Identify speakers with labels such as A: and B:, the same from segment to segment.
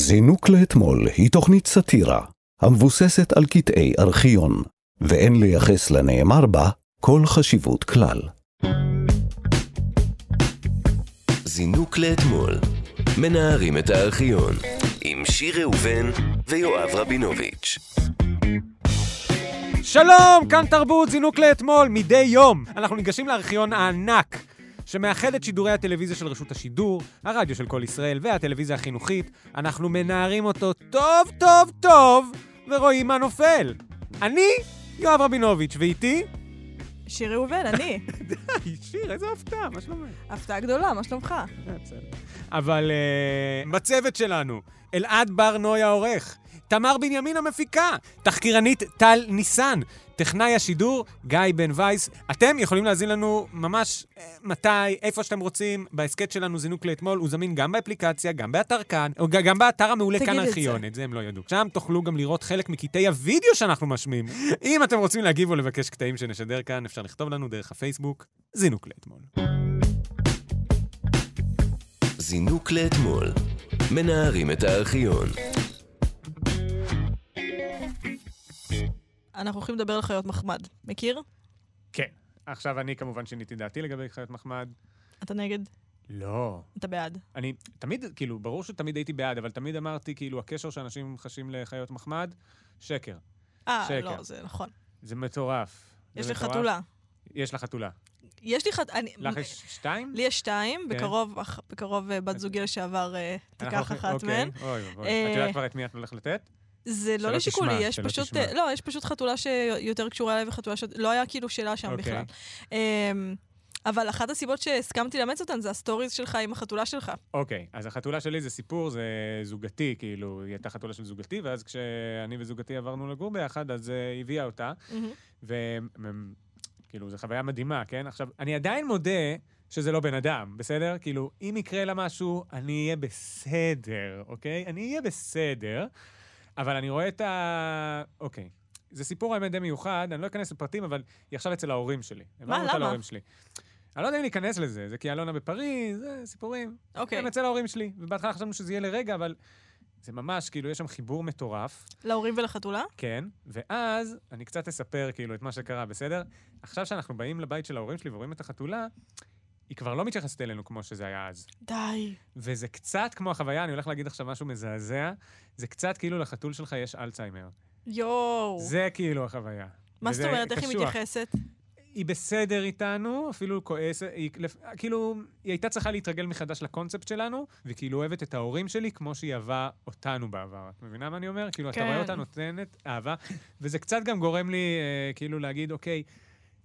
A: זינוק לאתמול היא תוכנית סאטירה המבוססת על קטעי ארכיון, ואין לייחס לנאמר בה כל חשיבות כלל.
B: זינוק לאתמול, מנערים את הארכיון, עם שיר ראובן ויואב רבינוביץ'.
C: שלום, כאן תרבות, זינוק לאתמול, מדי יום. אנחנו ניגשים לארכיון הענק. שמאחד את שידורי הטלוויזיה של רשות השידור, הרדיו של כל ישראל והטלוויזיה החינוכית, אנחנו מנערים אותו טוב טוב טוב ורואים מה נופל. אני יואב רבינוביץ', ואיתי?
D: שיר ראובן, אני.
C: די, שיר, איזה הפתעה, מה שלומך?
D: הפתעה גדולה, מה שלומך?
C: אה, בסדר. אבל אה, בצוות שלנו, אלעד בר נוי העורך, תמר בנימין המפיקה, תחקירנית טל ניסן, טכנאי השידור גיא בן וייס. אתם יכולים להזין לנו ממש אה, מתי, איפה שאתם רוצים, בהסכת שלנו זינוק לאתמול, הוא זמין גם באפליקציה, גם באתר כאן, או ג- גם באתר המעולה
D: תגיד
C: כאן
D: את זה.
C: ארכיון, את זה הם לא ידעו. שם תוכלו גם לראות חלק מקטעי הוידאו שאנחנו משמיעים. אם אתם רוצים להגיב או לבקש קטעים שנשדר כאן, אפשר לכתוב לנו דרך הפייסבוק, זינוק לאתמול.
B: זינוק לאתמול, מנערים את הארכיון.
D: אנחנו הולכים לדבר על חיות מחמד. מכיר?
C: כן. עכשיו אני כמובן שיניתי דעתי לגבי חיות מחמד.
D: אתה נגד?
C: לא.
D: אתה בעד.
C: אני תמיד, כאילו, ברור שתמיד הייתי בעד, אבל תמיד אמרתי, כאילו, הקשר שאנשים חשים לחיות מחמד, שקר.
D: אה,
C: שקר.
D: לא, זה נכון.
C: זה מטורף. זה
D: יש לי
C: מטורף.
D: חתולה.
C: יש לך חתולה.
D: יש לי חתולה.
C: לך יש שתיים?
D: לי יש שתיים,
C: כן.
D: בקרוב אח- בקרוב אה, בת זוגי לשעבר אה,
C: אנחנו
D: תיקח
C: הולכים-
D: אחת מהן.
C: אוקיי, אוי ואבוי.
D: אה,
C: את יודעת כבר את מי את הולכת לתת?
D: זה
C: שלא
D: לא לשיקולי,
C: תשמע,
D: יש
C: שלא
D: פשוט...
C: תשמע.
D: אה, לא, יש פשוט חתולה שיותר קשורה אליי וחתולה ש... לא היה כאילו שאלה שם
C: אוקיי.
D: בכלל. אמ, אבל אחת הסיבות שהסכמתי לאמץ אותן זה הסטוריז שלך עם החתולה שלך.
C: אוקיי, אז החתולה שלי זה סיפור, זה זוגתי, כאילו, היא הייתה חתולה של זוגתי, ואז כשאני וזוגתי עברנו לגור ביחד, אז אה, היא הביאה אותה.
D: מהמם.
C: וכאילו, כאילו, זו חוויה מדהימה, כן? עכשיו, אני עדיין מודה שזה לא בן אדם, בסדר? כאילו, אם יקרה לה משהו, אני אהיה בסדר, אוקיי? אני אהיה בסדר, אבל אני רואה את ה... אוקיי. זה סיפור האמת די מיוחד, אני לא אכנס לפרטים, אבל היא עכשיו אצל ההורים שלי. לא העברנו אותה
D: למה?
C: להורים שלי. אני לא יודע אם להיכנס לזה, זה כי אלונה בפריז, זה סיפורים.
D: אוקיי,
C: הם אצל ההורים שלי, ובהתחלה חשבנו שזה יהיה לרגע, אבל זה ממש, כאילו, יש שם חיבור מטורף.
D: להורים ולחתולה?
C: כן, ואז אני קצת אספר כאילו את מה שקרה, בסדר? עכשיו שאנחנו באים לבית של ההורים שלי ורואים את החתולה, היא כבר לא מתייחסת אלינו כמו שזה היה אז.
D: די.
C: וזה קצת כמו החוויה, אני הולך להגיד עכשיו משהו מזעזע, זה קצת כאילו לחתול שלך יש אלצהיימר.
D: יואו.
C: זה כאילו החוויה.
D: מה זאת
C: וזה
D: אומרת? איך היא
C: קשוח.
D: מתייחסת?
C: היא בסדר איתנו, אפילו כועסת, היא לפ- כאילו, היא הייתה צריכה להתרגל מחדש לקונספט שלנו, והיא כאילו אוהבת את ההורים שלי כמו שהיא אהבה אותנו בעבר. את מבינה מה אני אומר? כאילו, אתה
D: כן.
C: רואה אותה נותנת אהבה, וזה קצת גם גורם לי אה, כאילו להגיד, אוקיי,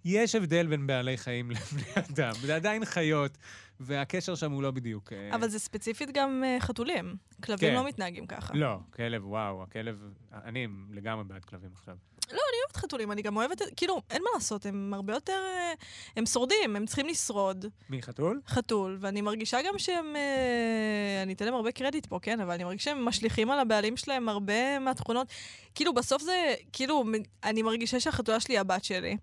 C: יש הבדל בין בעלי חיים לבני אדם, זה עדיין חיות, והקשר שם הוא לא בדיוק... אה,
D: אבל זה ספציפית גם אה, חתולים. כלבים
C: כן.
D: לא מתנהגים ככה.
C: לא, כלב, וואו, הכלב... אני לגמרי בעד כלבים עכשיו.
D: אני אוהבת חתולים, אני גם אוהבת... את- כאילו, אין מה לעשות, הם הרבה יותר... אה, הם שורדים, הם צריכים לשרוד.
C: מי, חתול?
D: חתול, ואני מרגישה גם שהם... אה, אני אתן להם הרבה קרדיט פה, כן? אבל אני מרגישה שהם משליכים על הבעלים שלהם הרבה מהתכונות. כאילו, בסוף זה... כאילו, מ- אני מרגישה שהחתולה שלי היא הבת שלי.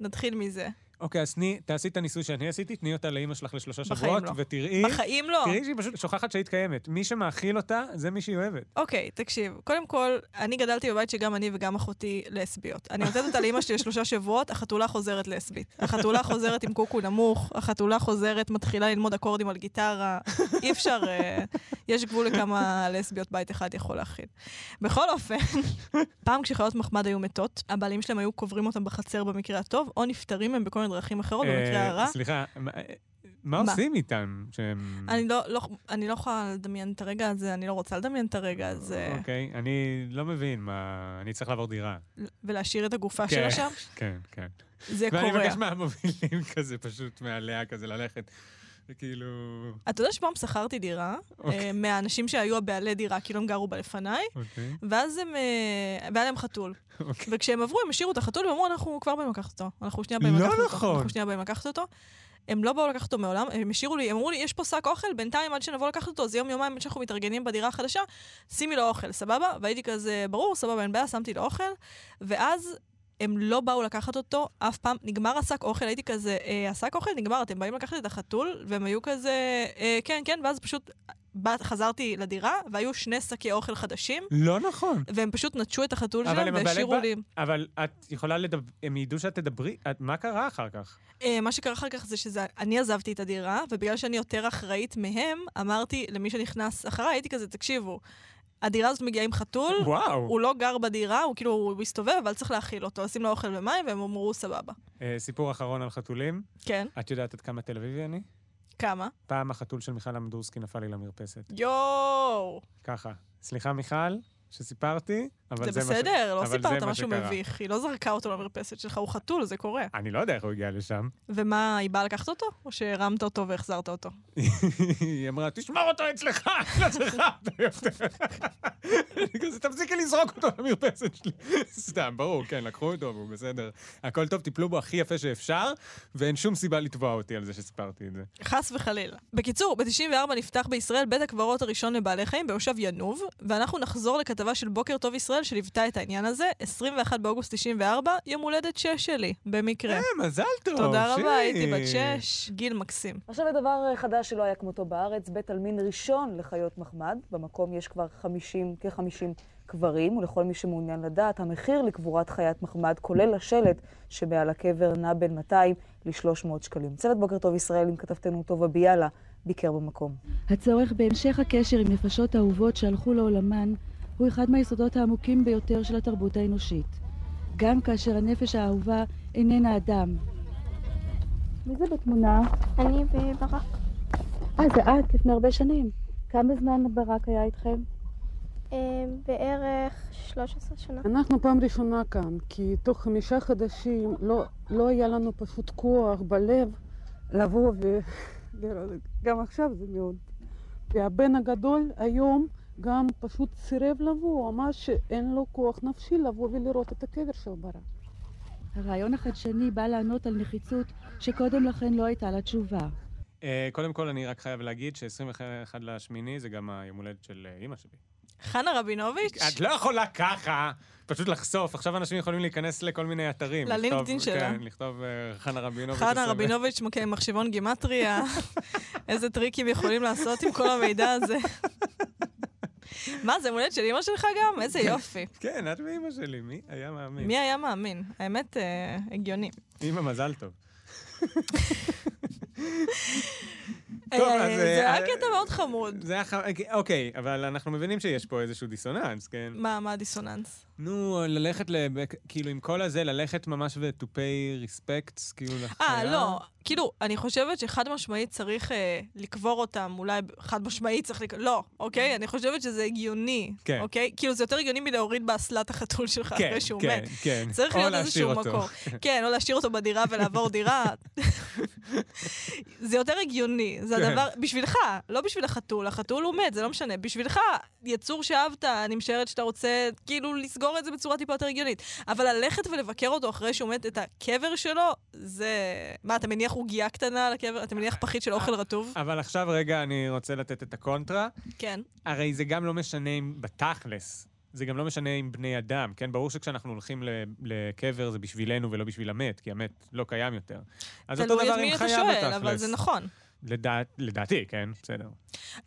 D: נתחיל מזה.
C: אוקיי, אז תני, תעשי את הניסוי שאני עשיתי, תני אותה לאימא שלך לשלושה
D: בחיים
C: שבועות,
D: לא.
C: ותראי...
D: בחיים לא.
C: תראי שהיא פשוט שוכחת שהיית קיימת. מי שמאכיל אותה, זה מי שהיא אוהבת.
D: אוקיי, תקשיב. קודם כל, אני גדלתי בבית שגם אני וגם אחותי לסביות. אני נותנת אותה לאימא שלי לשלושה שבועות, החתולה חוזרת לסבית. החתולה חוזרת עם קוקו נמוך, החתולה חוזרת, מתחילה ללמוד אקורדים על גיטרה. אי אפשר, אה, יש גבול לכמה לסביות בית אחד יכול להכיל. בכל אופן, פעם כשחיות מחמד היו מתות, הבעלים שלהם היו קוברים אותם בחצר במקרה הטוב, או נפטרים מהם בכל מיני דרכים אחרות במקרה
C: אה,
D: הרע.
C: סליחה, מה- אה, מה
D: מה?
C: עושים איתם? שהם...
D: אני לא, לא, אני לא יכולה לדמיין את הרגע הזה, אני לא רוצה לדמיין את הרגע הזה,
C: אוקיי, אני לא מבין מה... אני צריך לעבור דירה.
D: ולהשאיר את הגופה
C: כן.
D: שלה שם.
C: כן, כן.
D: זה
C: ואני
D: קורה.
C: מבקש מהמובילים כזה, פשוט מעליה כזה ללכת. כאילו...
D: אתה יודע שפעם שכרתי דירה,
C: אוקיי.
D: אה, מהאנשים שהיו הבעלי דירה, כאילו הם גרו בה לפניי,
C: אוקיי,
D: ואז הם... אה, והיה להם חתול.
C: אוקיי.
D: וכשהם עברו, הם השאירו את החתול, ואמרו, אנחנו כבר באים לקחת אותו. אנחנו שנייה באים
C: לא
D: לקחת אותו.
C: נכון.
D: אנחנו שנייה באים לקחת אותו. הם לא באו לקחת אותו מעולם, הם השאירו לי, הם אמרו לי, יש פה שק אוכל, בינתיים עד שנבוא לקחת אותו, זה יום-יומיים עד שאנחנו מתארגנים בדירה החדשה, שימי לו אוכל, סבבה? והייתי כזה, ברור, סבבה, אין בעיה, שמתי לו אוכל, ואז הם לא באו לקחת אותו אף פעם, נגמר השק אוכל, הייתי כזה, "אה, השק אוכל נגמר, אתם באים לקחת את החתול? והם היו כזה, "אה, כן, כן, ואז פשוט באת, חזרתי לדירה, והיו שני שקי אוכל חדשים,
C: לא נכון.
D: והם פשוט נטשו את החתול
C: אבל
D: שלהם
C: הם הבעלי
D: והשאירו
C: בית.
D: לי.
C: אבל את יכולה לדבר, הם ידעו שאת תדברי, את- מה קרה אחר כך?
D: אה, מה שקרה אחר כך זה שאני עזבתי את הדירה, ובגלל שאני יותר אחראית מהם, אמרתי למי שנכנס אחריי, הייתי כזה, תקשיבו, הדירה הזאת מגיעה עם חתול,
C: וואו.
D: הוא לא גר בדירה, הוא כאילו, הוא הסתובב, אבל צריך להאכיל אותו, לשים לו אוכל ומים, והם אמרו, סבבה.
C: אה, סיפור אחרון על חתולים.
D: כן,
C: את יודעת עד כמה תל אביבי אני?
D: כמה?
C: פעם החתול של מיכל אמדורסקי נפל לי למרפסת.
D: יואו!
C: ככה. סליחה, מיכל, שסיפרתי, אבל
D: זה
C: זה, מה ש-
D: בסדר, לא
C: אבל זה
D: סיפרת
C: מה
D: משהו
C: שקרה.
D: מביך. היא לא זרקה אותו למרפסת שלך, הוא חתול, זה קורה.
C: אני לא יודע איך הוא הגיע לשם.
D: ומה, היא באה לקחת אותו? או שהרמת אותו והחזרת אותו?
C: היא אמרה, תשמור אותו אצלך, אני לא צריכה אותו יותר. אני כזה, תפסיקי לזרוק אותו למרפסת שלי. סתם, ברור, כן, לקחו אותו, והוא בסדר. הכל טוב, טיפלו בו הכי יפה שאפשר, ואין שום סיבה לתבוע אותי על זה שסיפרתי את זה.
D: חס וחלילה. בקיצור, ב-94 נפתח בישראל בית הקברות הראשון לבעלי חיים במושב ינוב, ואנחנו נחזור לכתבה של בוקר טוב ישראל שליוותה את העניין הזה, 21 באוגוסט 94, יום הולדת 6 שלי, במקרה.
C: אה, מזל טוב,
D: כן. תודה
C: שיט.
D: רבה, הייתי בת 6, גיל מקסים.
E: עכשיו לדבר חדש שלא היה כמותו בארץ, בית עלמין ראשון לחיות מחמד. במקום יש כבר 50, כ-50 קברים, ולכל מי שמעוניין לדעת, המחיר לקבורת חיית מחמד, כולל השלט שמעל הקבר, נע בין 200 ל-300 שקלים. צוות בוקר טוב ישראל עם כתבתנו טובה ביאלה ביקר במקום.
F: הצורך בהמשך הקשר עם נפשות אהובות שהלכו לעולמן הוא אחד מהיסודות העמוקים ביותר של התרבות האנושית. גם כאשר הנפש האהובה איננה אדם. מי זה בתמונה?
G: אני וברק
F: אה, זה את, לפני הרבה שנים. כמה זמן ברק היה איתכם?
G: אה, בערך 13 שנה.
H: אנחנו פעם ראשונה כאן, כי תוך חמישה חודשים לא, לא היה לנו פשוט כוח בלב לבוא ו... לראות. גם עכשיו זה מאוד. והבן הגדול היום גם פשוט סירב לבוא, אמר שאין לו כוח נפשי לבוא ולראות את הקבר של ברק.
F: הרעיון החדשני בא לענות על נחיצות שקודם לכן לא הייתה לה תשובה.
C: אה, קודם כל, אני רק חייב להגיד ש-21 לשמיני זה גם היום הולדת של אה, אימא שלי.
D: חנה רבינוביץ'?
C: את לא יכולה ככה, פשוט לחשוף. עכשיו אנשים יכולים להיכנס לכל מיני אתרים.
D: ללינקדאין
C: לכתוב-
D: שלה.
C: כן, לכתוב אה, חנה רבינוביץ'.
D: חנה
C: עשרים ו-
D: רבינוביץ', מק- מחשבון גימטריה, איזה טריקים יכולים לעשות עם כל המידע הזה. מה, זה יום הולדת של אמא שלך גם? איזה יופי.
C: כן, את ואימא שלי, מי היה מאמין?
D: מי היה מאמין? האמת, אה, הגיוני.
C: אימא, מזל טוב.
D: אה,
C: טוב, אז,
D: זה
C: אה,
D: היה
C: אה,
D: קטע מאוד חמוד.
C: זה היה ח... אוקיי, אבל אנחנו מבינים שיש פה איזשהו דיסוננס, כן?
D: מה, מה הדיסוננס?
C: נו, ללכת ל... כאילו, עם כל הזה, ללכת ממש ו- to pay respects, כאילו, לחיה.
D: אה, לא. כאילו, אני חושבת שחד משמעית צריך אה, לקבור אותם, אולי חד משמעית צריך לקבור... לא, אוקיי? אני חושבת שזה הגיוני,
C: כן.
D: אוקיי? כאילו, זה יותר הגיוני מלהוריד באסלת החתול שלך
C: כן,
D: אחרי שהוא
C: כן,
D: מת.
C: כן.
D: צריך
C: או
D: להיות
C: להשאיר
D: איזשהו
C: אותו.
D: מקור. כן, או להשאיר אותו בדירה ולעבור דירה. זה יותר הגיוני. זה
C: כן.
D: הדבר... בשבילך, לא בשביל החתול. החתול הוא מת, זה לא משנה. בשבילך, יצור שאהבת, אני משערת שאתה רוצה כאילו לסגור את זה בצורה טיפה יותר הגיונית. אבל ללכת ולבקר אותו אחרי שהוא מת את הקבר שלו, זה... מה, אתה מניח עוגייה קטנה על הקבר? אתה מניח פחית של אוכל רטוב?
C: אבל עכשיו רגע אני רוצה לתת את הקונטרה.
D: כן.
C: הרי זה גם לא משנה אם בתכלס, זה גם לא משנה אם בני אדם, כן? ברור שכשאנחנו הולכים ל- לקבר זה בשבילנו ולא בשביל המת, כי המת לא קיים יותר. אז אותו
D: תלוי את
C: דבר
D: מי
C: עם
D: אתה
C: חיה
D: שואל, אבל
C: בתכלס.
D: זה נכון.
C: לדעת- לדעתי, כן, בסדר.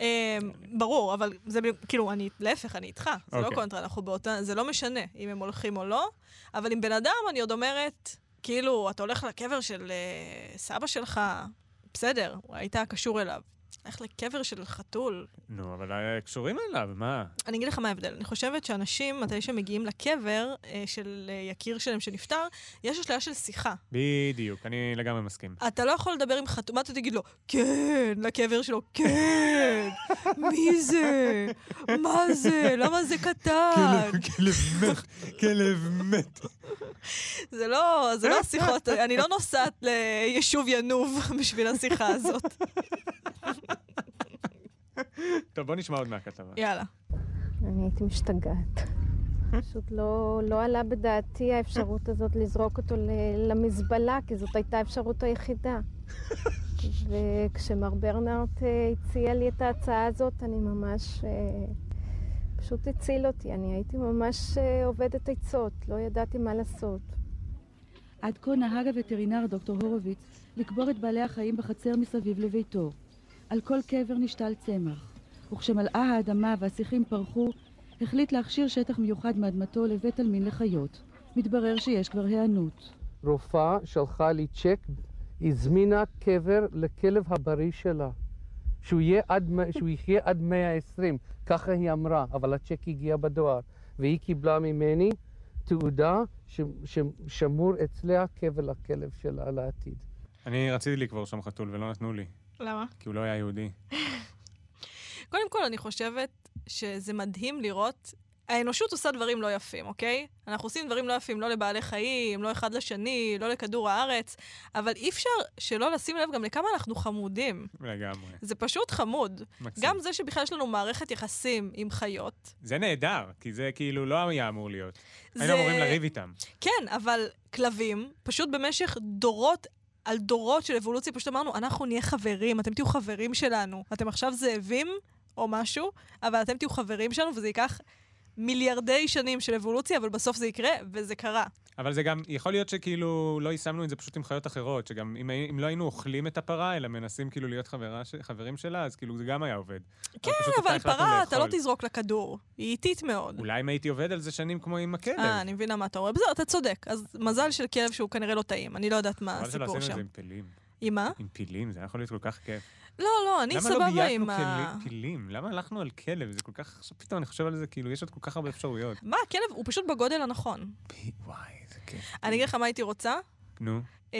D: אה, ברור, אבל זה בדיוק- כאילו, אני, להפך, אני איתך. זה לא
C: אוקיי.
D: קונטרה, אנחנו באותה, זה לא משנה אם הם הולכים או לא, אבל עם בן אדם, אני עוד אומרת, כאילו, אתה הולך לקבר של אה, סבא שלך, בסדר, הוא היית קשור אליו. הולך לקבר של חתול.
C: נו, אבל אה, קשורים אליו, מה?
D: אני אגיד לך מה ההבדל. אני חושבת שאנשים, מתי שהם מגיעים לקבר אה, של אה, יקיר שלהם שנפטר, יש אשליה של שיחה.
C: בדיוק, אני לגמרי מסכים.
D: אתה לא יכול לדבר עם חתום, מה אתה תגיד לו? כן, לקבר שלו, כן, מי זה? מה זה? למה זה קטן?
C: כלב מת, כלב מת.
D: זה לא, זה לא השיחות, אני לא נוסעת ליישוב ינוב בשביל השיחה הזאת.
C: טוב, בוא נשמע עוד מהכתבה.
D: יאללה.
I: אני הייתי משתגעת. פשוט לא, לא עלה בדעתי האפשרות הזאת לזרוק אותו ל- למזבלה, כי זאת הייתה האפשרות היחידה. וכשמר ברנארט אה, הציע לי את ההצעה הזאת, אני ממש... אה, פשוט הציל אותי. אני הייתי ממש אה, עובדת עצות, לא ידעתי מה לעשות.
F: עד כה נהג הווטרינר דוקטור הורוביץ לקבור את בעלי החיים בחצר מסביב לביתו. על כל קבר נשתל צמח. וכשמלאה האדמה והשיחים פרחו, החליט להכשיר שטח מיוחד מאדמתו לבית עלמין לחיות. מתברר שיש כבר היענות.
J: רופאה שלחה לי צ'ק, הזמינה קבר לכלב הבריא שלה, שהוא, יהיה עד, מ- שהוא יחיה עד 120, ככה היא אמרה, אבל הצ'ק הגיע בדואר, והיא קיבלה ממני תעודה ש- ששמור אצלה קבר לכלב שלה לעתיד.
C: אני רציתי לקבור שם חתול ולא נתנו לי,
D: למה?
C: כי הוא לא היה יהודי.
D: קודם כל, אני חושבת שזה מדהים לראות... האנושות עושה דברים לא יפים, אוקיי? אנחנו עושים דברים לא יפים לא לבעלי חיים, לא אחד לשני, לא לכדור הארץ, אבל אי אפשר שלא לשים לב גם לכמה אנחנו חמודים.
C: לגמרי.
D: זה פשוט חמוד.
C: מקסים.
D: גם זה שבכלל יש לנו מערכת יחסים עם חיות,
C: זה נהדר, כי זה כאילו לא היה אמור להיות. היינו
D: זה-
C: אמורים לריב איתם.
D: כן, אבל כלבים, פשוט במשך דורות על דורות של אבולוציה, פשוט אמרנו, אנחנו נהיה חברים, אתם תהיו חברים שלנו. אתם עכשיו זאבים או משהו, אבל אתם תהיו חברים שלנו, וזה ייקח מיליארדי שנים של אבולוציה, אבל בסוף זה יקרה, וזה קרה.
C: אבל זה גם, יכול להיות שכאילו לא יישמנו את זה פשוט עם חיות אחרות, שגם אם, הי- אם לא היינו אוכלים את הפרה, אלא מנסים כאילו להיות חברה, ש- חברים שלה, אז כאילו זה גם היה עובד. כן,
D: כן, אבל פרה, אתה לא תזרוק לכדור. היא איטית מאוד.
C: אולי אם הייתי עובד על זה שנים כמו עם הכלב.
D: אה, אני מבינה מה אתה אומר. בסדר, אתה צודק. אז מזל של כלב שהוא כנראה לא טעים. אני לא יודעת מה
C: אבל שלא עשינו
D: הסיפור
C: את זה
D: שם.
C: עם פילים.
D: עם מה?
C: עם פילים, זה היה יכול להיות כל כך כיף.
D: לא, לא, אני
C: למה לא
D: סבבה עם
C: בייתנו
D: ה...
C: כלי- פילים? למה הלכנו על כלב? זה כל כך, עכשיו פתאום אני חושב על זה, כאילו, יש עוד כל כך הרבה אפשרויות.
D: מה, הכלב הוא פשוט בגודל הנכון.
C: פי- וואי, איזה כיף.
D: אני אגיד לך מה הייתי רוצה?
C: נו,
D: אה,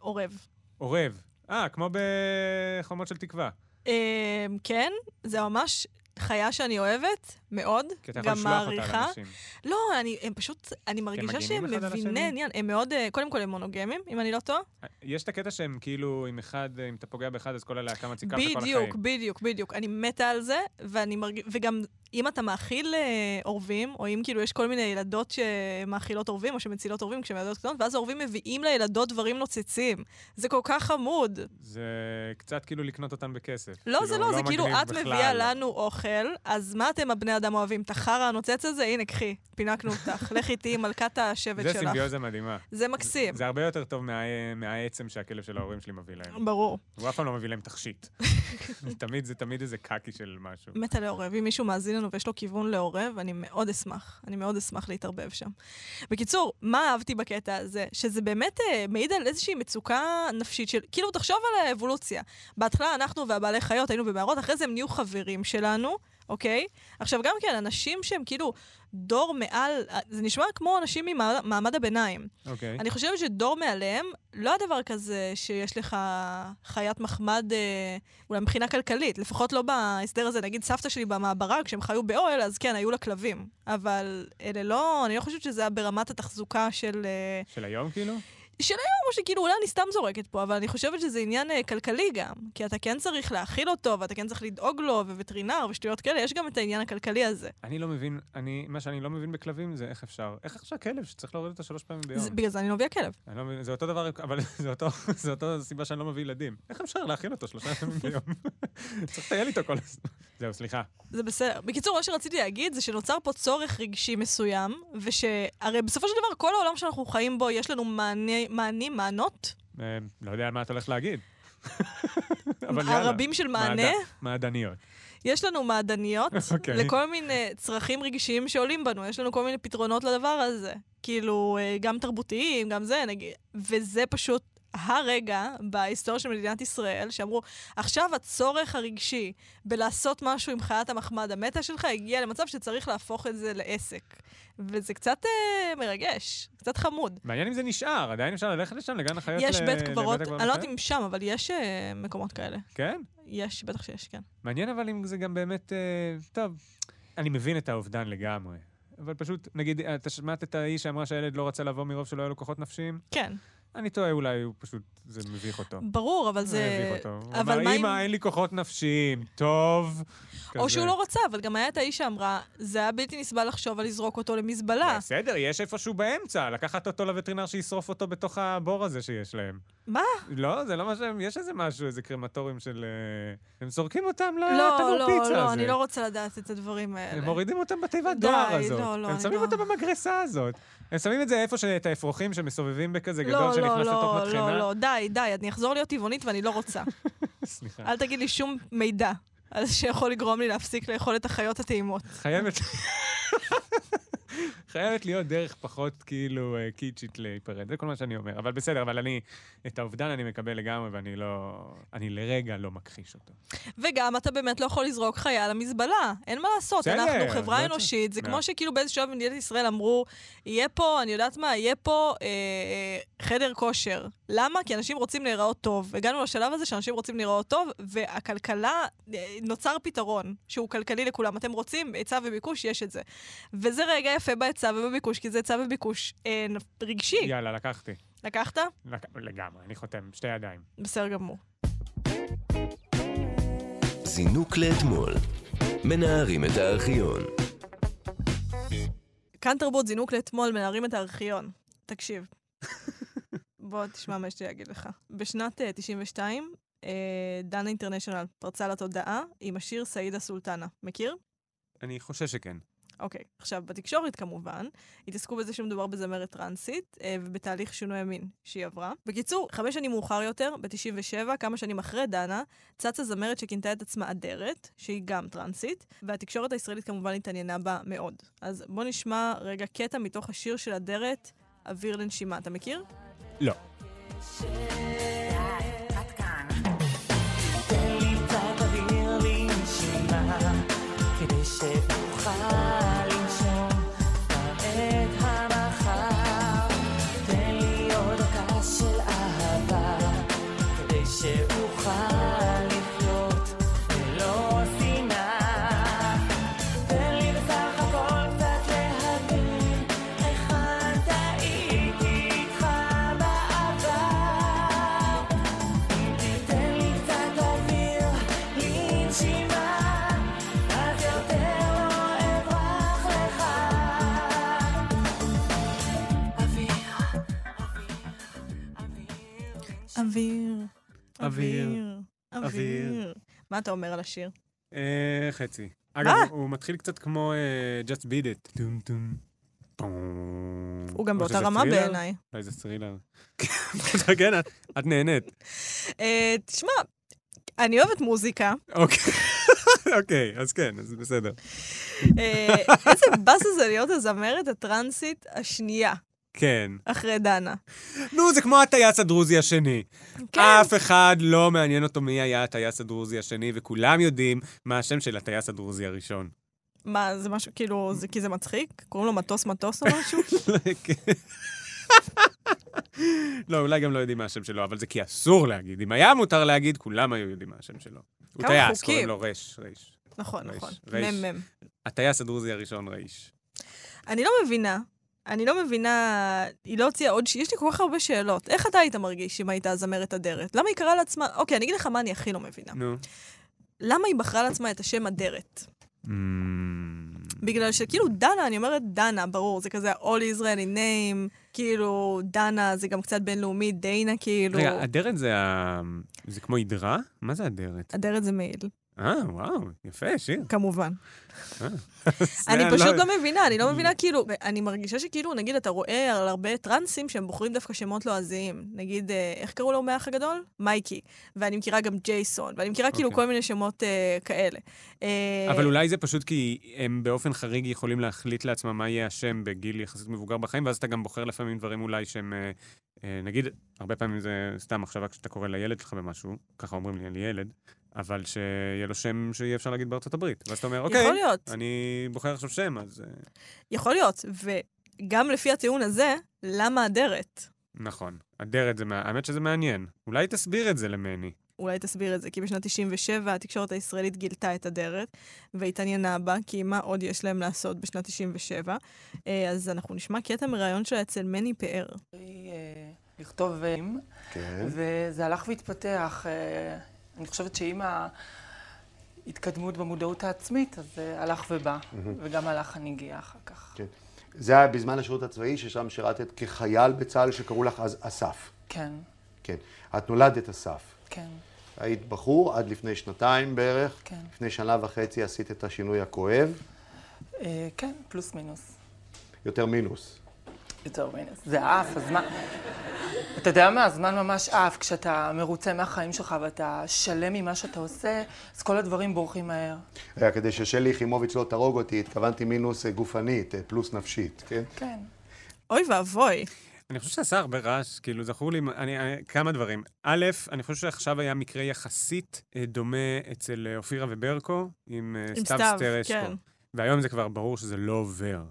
D: עורב.
C: עורב. אה, כמו בחומות של תקווה.
D: אה, כן, זה ממש חיה שאני אוהבת, מאוד.
C: כי אתה יכול
D: גם
C: לשלוח אותה
D: מעריכה.
C: לאנשים.
D: לא, אני, הם פשוט, אני מרגישה
C: מגנים
D: שהם
C: אחד על
D: מביני
C: השני?
D: עניין. הם מאוד, אה, קודם כל הם מונוגמים, אם אני לא טועה.
C: יש את הקטע שהם כאילו, אם אחד, אם אתה פוגע באחד, אז כל הלהקה מציקה לך כל החיים.
D: בדיוק, בדיוק, בדיוק. אני מתה על זה, ואני מרגיש... וגם אם אתה מאכיל אה, עורבים, או אם כאילו יש כל מיני ילדות שמאכילות עורבים, או שמצילות עורבים כשהן ילדות קטנות, ואז העורבים מביאים לילדות דברים נוצצים. זה כל כך חמוד.
C: זה קצת כאילו לקנות אותם בכסף.
D: לא, זה לא, זה כאילו,
C: מגניב
D: את מביאה
C: בכלל.
D: לנו אוכל, אז מה אתם הבני אדם אוהבים? את החרא הנוצץ הזה? הנה, קחי, פינקנו אותך. לך איתי, מלכת השבט
C: זה
D: שלך.
C: סימביוזה מדהימה.
D: זה מקסים.
C: זה הרבה יותר טוב מה- מהעצם שהכלב של ההורים שלי מביא להם.
D: ברור.
C: הוא אף פעם לא מביא להם תכשיט. תמיד זה תמיד איזה קקי של משהו.
D: מתה לעורב. אם מישהו מאזין לנו ויש לו כיוון לעורב, אני מאוד אשמח. אני מאוד אשמח להתערבב שם. בקיצור, מה אהבתי בקטע הזה? שזה באמת אה, מעיד על איזושהי מצוקה נפשית של... כאילו, תחשוב על האבולוציה. בהתחלה אנחנו והבעלי חיות היינו במערות, אחרי זה הם נהיו חברים שלנו, אוקיי? עכשיו, גם כן, אנשים שהם כאילו דור מעל... אה, זה נשמע כמו אנשים ממעמד הביניים.
C: אוקיי.
D: אני חושבת שדור מעליהם, לא הדבר כזה שיש לך חיית מחמד, אה, אולי מבחינה כלכלית, לפחות לא בהסדר הזה. נגיד סבתא שלי במעברה, כשהם חיו באוהל, אז כן, היו לה כלבים. אבל אלה לא, אני לא חושבת שזה היה ברמת התחזוקה של... אה,
C: של היום כאילו?
D: של היום, או שכאילו, אולי אני סתם זורקת פה, אבל אני חושבת שזה עניין אה, כלכלי גם. כי אתה כן צריך להאכיל אותו, ואתה כן צריך לדאוג לו, ווטרינר, ושטויות כאלה, יש גם את העניין הכלכלי הזה.
C: אני לא מבין, אני, מה שאני לא מבין בכלבים זה איך אפשר, איך אפשר כלב שצריך להוריד אותו שלוש פעמים ביום?
D: זה- בגלל זה אני לא מביאה כלב.
C: אני לא מבין, זה אותו דבר, אבל זה אותו, זה אותו סיבה שאני לא מביא ילדים. איך אפשר להכין אותו שלושה ימים ביום? צריך לטייל איתו כל הזמן. זהו, סליחה.
D: זה בסדר. בקיצור, מה שרציתי להגיד זה שנוצר פה צורך רגשי מסוים, ושהרי בסופו של דבר כל העולם שאנחנו חיים בו, יש לנו מענה- מענים, מענות,
C: אה, לא יודע על מה את הולך להגיד. אבל יאללה.
D: הרבים של מענה.
C: מעד- מעדניות.
D: יש לנו מעדניות
C: אוקיי.
D: לכל מיני צרכים רגשיים שעולים בנו, יש לנו כל מיני פתרונות לדבר הזה. כאילו, אה, גם תרבותיים, גם זה, נגיד. וזה פשוט הרגע בהיסטוריה של מדינת ישראל, שאמרו, עכשיו הצורך הרגשי בלעשות משהו עם חיית המחמד המטה שלך הגיע למצב שצריך להפוך את זה לעסק. וזה קצת אה, מרגש, קצת חמוד.
C: מעניין אם זה נשאר, עדיין אפשר ללכת לשם, לגן החיות?
D: יש
C: ל-
D: בית
C: לבית
D: קברות, אני
C: הקברות
D: לא יודעת
C: שלהם?
D: אם שם, אבל יש אה, מקומות כאלה.
C: כן?
D: יש, בטח שיש, כן.
C: מעניין אבל אם זה גם באמת... אה, טוב, אני מבין את האובדן לגמרי. אבל פשוט, נגיד, אתה שמעת את ההיא שאמרה שהילד לא רצה לבוא מרוב שלא היו לו כוחות נפשיים?
D: כן,
C: אני טועה, אולי הוא פשוט, זה מביך אותו.
D: ברור, אבל
C: זה
D: זה...
C: מביך אותו. הוא
D: אבל
C: אמר,
D: מה אם...
C: אמא, אין לי כוחות נפשיים, טוב.
D: או
C: כזה.
D: שהוא לא רצה, אבל גם היה את האיש שאמרה, זה היה בלתי נסבל לחשוב על לזרוק אותו למזבלה.
C: בסדר, יש איפשהו באמצע, לקחת אותו לווטרינר שישרוף אותו בתוך הבור הזה שיש להם.
D: מה?
C: לא, זה לא מה שהם, יש איזה משהו, איזה קרמטורים של... אה, הם זורקים אותם
D: לא,
C: לתנור
D: לא,
C: פיצה
D: לא,
C: הזה.
D: אני לא רוצה לדעת את הדברים
C: הם
D: האלה.
C: מורידים אותם בתיבת
D: די,
C: דואר
D: לא,
C: הזאת.
D: לא,
C: הם
D: אני
C: שמים
D: לא.
C: אותם במגרסה הזאת. הם שמים את זה איפה שאת האפרוחים שמסובבים בכזה
D: לא,
C: גדול
D: לא,
C: שנכנס לתוך
D: לא,
C: מטחנה.
D: לא, לא, די, די, אני אחזור להיות טבעונית ואני לא רוצה.
C: סליחה.
D: אל תגיד לי שום מידע. אז שיכול לגרום לי להפסיק לאכול את החיות הטעימות.
C: חייבת... חייבת להיות דרך פחות כאילו אה, קיצ'ית להיפרד, זה כל מה שאני אומר. אבל בסדר, אבל אני, את האובדן אני מקבל לגמרי, ואני לא... אני לרגע לא מכחיש אותו.
D: וגם אתה באמת לא יכול לזרוק חיה למזבלה, אין מה לעשות,
C: בסדר,
D: אנחנו
C: לא
D: חברה
C: צריך.
D: אנושית, זה
C: מה?
D: כמו שכאילו באיזשהו שלב במדינת ישראל אמרו, יהיה פה, אני יודעת מה, יהיה פה אה, אה, חדר כושר. למה? כי אנשים רוצים להיראות טוב. הגענו לשלב הזה שאנשים רוצים להיראות טוב, והכלכלה, אה, נוצר פתרון שהוא כלכלי לכולם. אתם רוצים היצע וביקוש, יש את זה. וזה רגע יפה בהיצע ובביקוש, כי זה היצע וביקוש אה, נפ- רגשי.
C: יאללה, לקחתי.
D: לקחת?
C: לק- לגמרי, אני חותם, שתי ידיים.
D: בסדר גמור.
B: זינוק לאתמול. מנערים את הארכיון.
D: כאן תרבות זינוק לאתמול, מנערים את הארכיון. תקשיב. בוא תשמע מה יש לי להגיד לך. בשנת אה, 92, אה, דנה אינטרנשיונל פרצה לתודעה עם השיר סעידה סולטנה. מכיר?
C: אני חושב שכן.
D: אוקיי. עכשיו, בתקשורת כמובן, התעסקו בזה שמדובר בזמרת טרנסית אה, ובתהליך שינוי המין שהיא עברה. בקיצור, חמש שנים מאוחר יותר, ב-97, כמה שנים אחרי דנה, צצה זמרת שכינתה את עצמה אדרת, שהיא גם טרנסית, והתקשורת הישראלית כמובן התעניינה בה מאוד. אז בוא נשמע רגע קטע מתוך השיר של אדרת, אוויר לנשימה. אתה מכיר?
C: לא.
K: שאוכל לחיות ללא שנאה תן לי בסך הכל קצת להבין היכן טעיתי איתך בעבר. אם תיתן לי קצת אוויר לנשימה, אז יותר לא אברח לך. אוויר,
D: אוויר.
C: אוויר.
D: אוויר.
C: אוויר.
D: מה אתה אומר על השיר?
C: אה, חצי. אגב,
D: מה?
C: הוא- הוא מתחיל קצת כמו אה, Just Beat It. טום טום.
D: הוא גם
C: או
D: באותה
C: שזה
D: רמה
C: thriller?
D: בעיניי.
C: אולי זה סרילר. כן, את- את נהנית.
D: אה, תשמע, אני אוהבת מוזיקה.
C: אוקיי. אוקיי, אז כן, אז בסדר.
D: אה, איזה באסה זה להיות הזמרת הטרנסית השנייה
C: כן.
D: אחרי דנה.
C: נו, זה כמו הטייס הדרוזי השני.
D: כן.
C: אף אחד לא מעניין אותו מי היה הטייס הדרוזי השני, וכולם יודעים מה השם של הטייס הדרוזי הראשון.
D: מה, זה משהו, כאילו, זה כי זה מצחיק? קוראים לו מטוס מטוס או משהו?
C: לא, אולי גם לא יודעים מה השם שלו, אבל זה כי אסור להגיד. אם היה מותר להגיד, כולם היו יודעים מה השם שלו. הוא
D: כמה
C: טייס,
D: חוקים.
C: קוראים לו רש, רש.
D: נכון,
C: רייש,
D: נכון.
C: רייש.
D: מ"מ. מ"מ.
C: הטייס הדרוזי הראשון רייש.
D: אני לא מבינה. אני לא מבינה, היא לא הוציאה עוד, ש- יש לי כל כך הרבה שאלות. איך אתה היית מרגיש אם הייתה הזמרת אדרת? למה היא קראה לעצמה, אוקיי, אני אגיד לך מה אני הכי לא מבינה.
C: נו.
D: למה היא בחרה לעצמה את השם אדרת? בגלל שכאילו דנה, אני אומרת דנה, ברור, זה כזה all Israeli name, כאילו דנה זה גם קצת בינלאומי, דיינה כאילו.
C: רגע, אדרת זה ה... זה כמו הידרה? מה זה אדרת?
D: אדרת זה מעיל,
C: אה, וואו, יפה, שיר.
D: כמובן.
C: אה.
D: אני
C: זה
D: פשוט לא מבינה, אני לא מבינה, כאילו, אני מרגישה שכאילו, נגיד, אתה רואה על הרבה טרנסים שהם בוחרים דווקא שמות לועזיים. נגיד, אה, איך קראו לו מהאח הגדול? מייקי. ואני מכירה גם ג'ייסון, ואני מכירה כאילו
C: אוקיי.
D: כל מיני שמות אה, כאלה. אה,
C: אבל אולי זה פשוט כי הם באופן חריג יכולים להחליט לעצמם מה יהיה השם בגיל יחסית מבוגר בחיים, ואז אתה גם בוחר לפעמים דברים אולי שהם... אה, אה, נגיד, הרבה פעמים זה סתם עכשיו כשאתה קורא לילד שלך במשהו, ככה אומרים לי על ילד, אבל שיהיה לו שם שיהיה אפשר להגיד בארצות הברית. ואז אתה אומר, אוקיי,
D: יכול להיות.
C: אני בוחר עכשיו שם, אז... אה,
D: יכול להיות, וגם לפי הטיעון הזה, למה אדרת?
C: נכון. אדרת זה... מה- האמת שזה מעניין. אולי תסביר את זה למני.
D: אולי תסביר את זה, כי בשנת 97 התקשורת הישראלית גילתה את אדרת והתעניינה בה, כי מה עוד יש להם לעשות בשנת 97? אה, אז אנחנו נשמע קטע מראיון שלה אצל מני פאר.
L: לכתוב אה, עם, וזה הלך והתפתח. אה, אני חושבת שעם ההתקדמות במודעות העצמית, אז אה, הלך ובא,
M: מהמם.
L: וגם הלך אני גאה אחר כך.
M: כן. זה היה בזמן השירות הצבאי, ששם שירתת כחייל בצה"ל שקראו לך אז אסף.
L: כן,
M: כן. את נולדת אסף.
L: כן.
M: היית בחור עד לפני שנתיים בערך.
L: כן.
M: לפני שנה וחצי עשית את השינוי הכואב,
L: אה, כן, פלוס מינוס.
M: יותר מינוס.
L: יותר מינוס. זה האף, אז מה? אתה יודע מה, הזמן ממש עף. כשאתה מרוצה מהחיים שלך ואתה שלם ממה שאתה עושה, אז כל הדברים בורחים מהר.
M: אה, כדי ששלי יחימוביץ' לא תהרוג אותי, התכוונתי מינוס אה, גופנית, אה, פלוס נפשית, כן?
L: כן.
D: אוי ואבוי.
C: אני חושב שעשה הרבה רעש, כאילו, זכור לי אני, אני, כמה דברים. א', אני חושב שעכשיו היה מקרה יחסית אה, דומה אצל אה, אופירה וברקו, עם, אה, סתיו
D: עם סתיו,
C: סטרשקו.
D: כן.
C: והיום זה כבר ברור שזה לא עובר.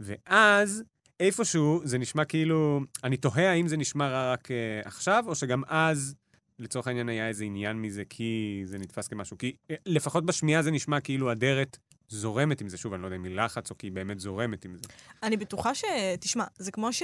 C: ואז, איפשהו, זה נשמע כאילו... אני תוהה האם זה נשמע רק אה, עכשיו, או שגם אז, לצורך העניין, היה איזה עניין מזה, כי זה נתפס כמשהו. כי אה, לפחות בשמיעה זה נשמע כאילו אדרת זורמת עם זה. שוב, אני לא יודע אם היא לחץ, או כי היא באמת זורמת עם זה.
D: אני בטוחה ש... תשמע, זה כמו ש...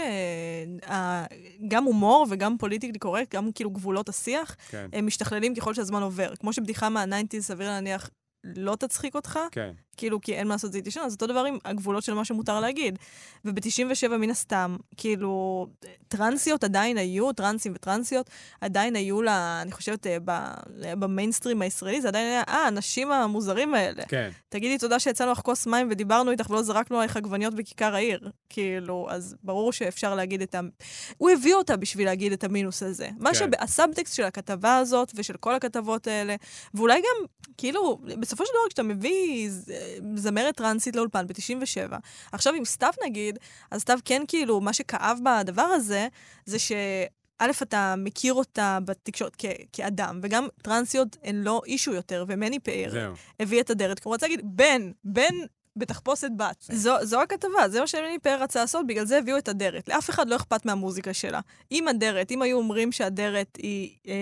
D: ה- גם הומור וגם פוליטיקלי קורקט, גם כאילו גבולות השיח,
C: כן.
D: הם משתכללים ככל שהזמן עובר. כמו שבדיחה מהניינטיז, סביר להניח, לא תצחיק אותך,
C: כן.
D: כאילו, כי אין מה לעשות, זה התיישן, אז אותו דבר עם הגבולות של מה שמותר להגיד. וב-97, מן הסתם, כאילו, טרנסיות עדיין היו, טרנסים וטרנסיות, עדיין היו, לה, אני חושבת, אה, ב- במיינסטרים הישראלי, זה עדיין היה, אה, הנשים המוזרים האלה.
C: כן.
D: תגידי תודה שיצאנו לך כוס מים ודיברנו איתך ולא זרקנו עלייך עגבניות בכיכר העיר. כאילו, אז ברור שאפשר להגיד את ה... הוא הביא אותה בשביל להגיד את המינוס הזה. מה
N: כן.
D: שהסאבטקסט של הכתבה הזאת ושל כל הכתבות האלה, ואולי גם, כאילו, בסופו של דבר כשאתה מביא ז- זמרת טרנסית לאולפן ב-97, עכשיו עם סתיו נגיד, אז סתיו כן, כאילו, מה שכאב בדבר הזה, זה ש... א', אתה מכיר אותה בתקשורת כ- כאדם, וגם טרנסיות הן לא אישו יותר, ומני פאר
K: זהו.
D: הביא את אדרת, כי הוא רצה להגיד, בן, בן בתחפושת בת.
C: כן.
D: זו, זו הכתבה, זה מה שמני פאר רצה לעשות, בגלל זה הביאו את אדרת. לאף אחד לא אכפת מהמוזיקה שלה. אם אדרת, אם היו אומרים שאדרת היא אה,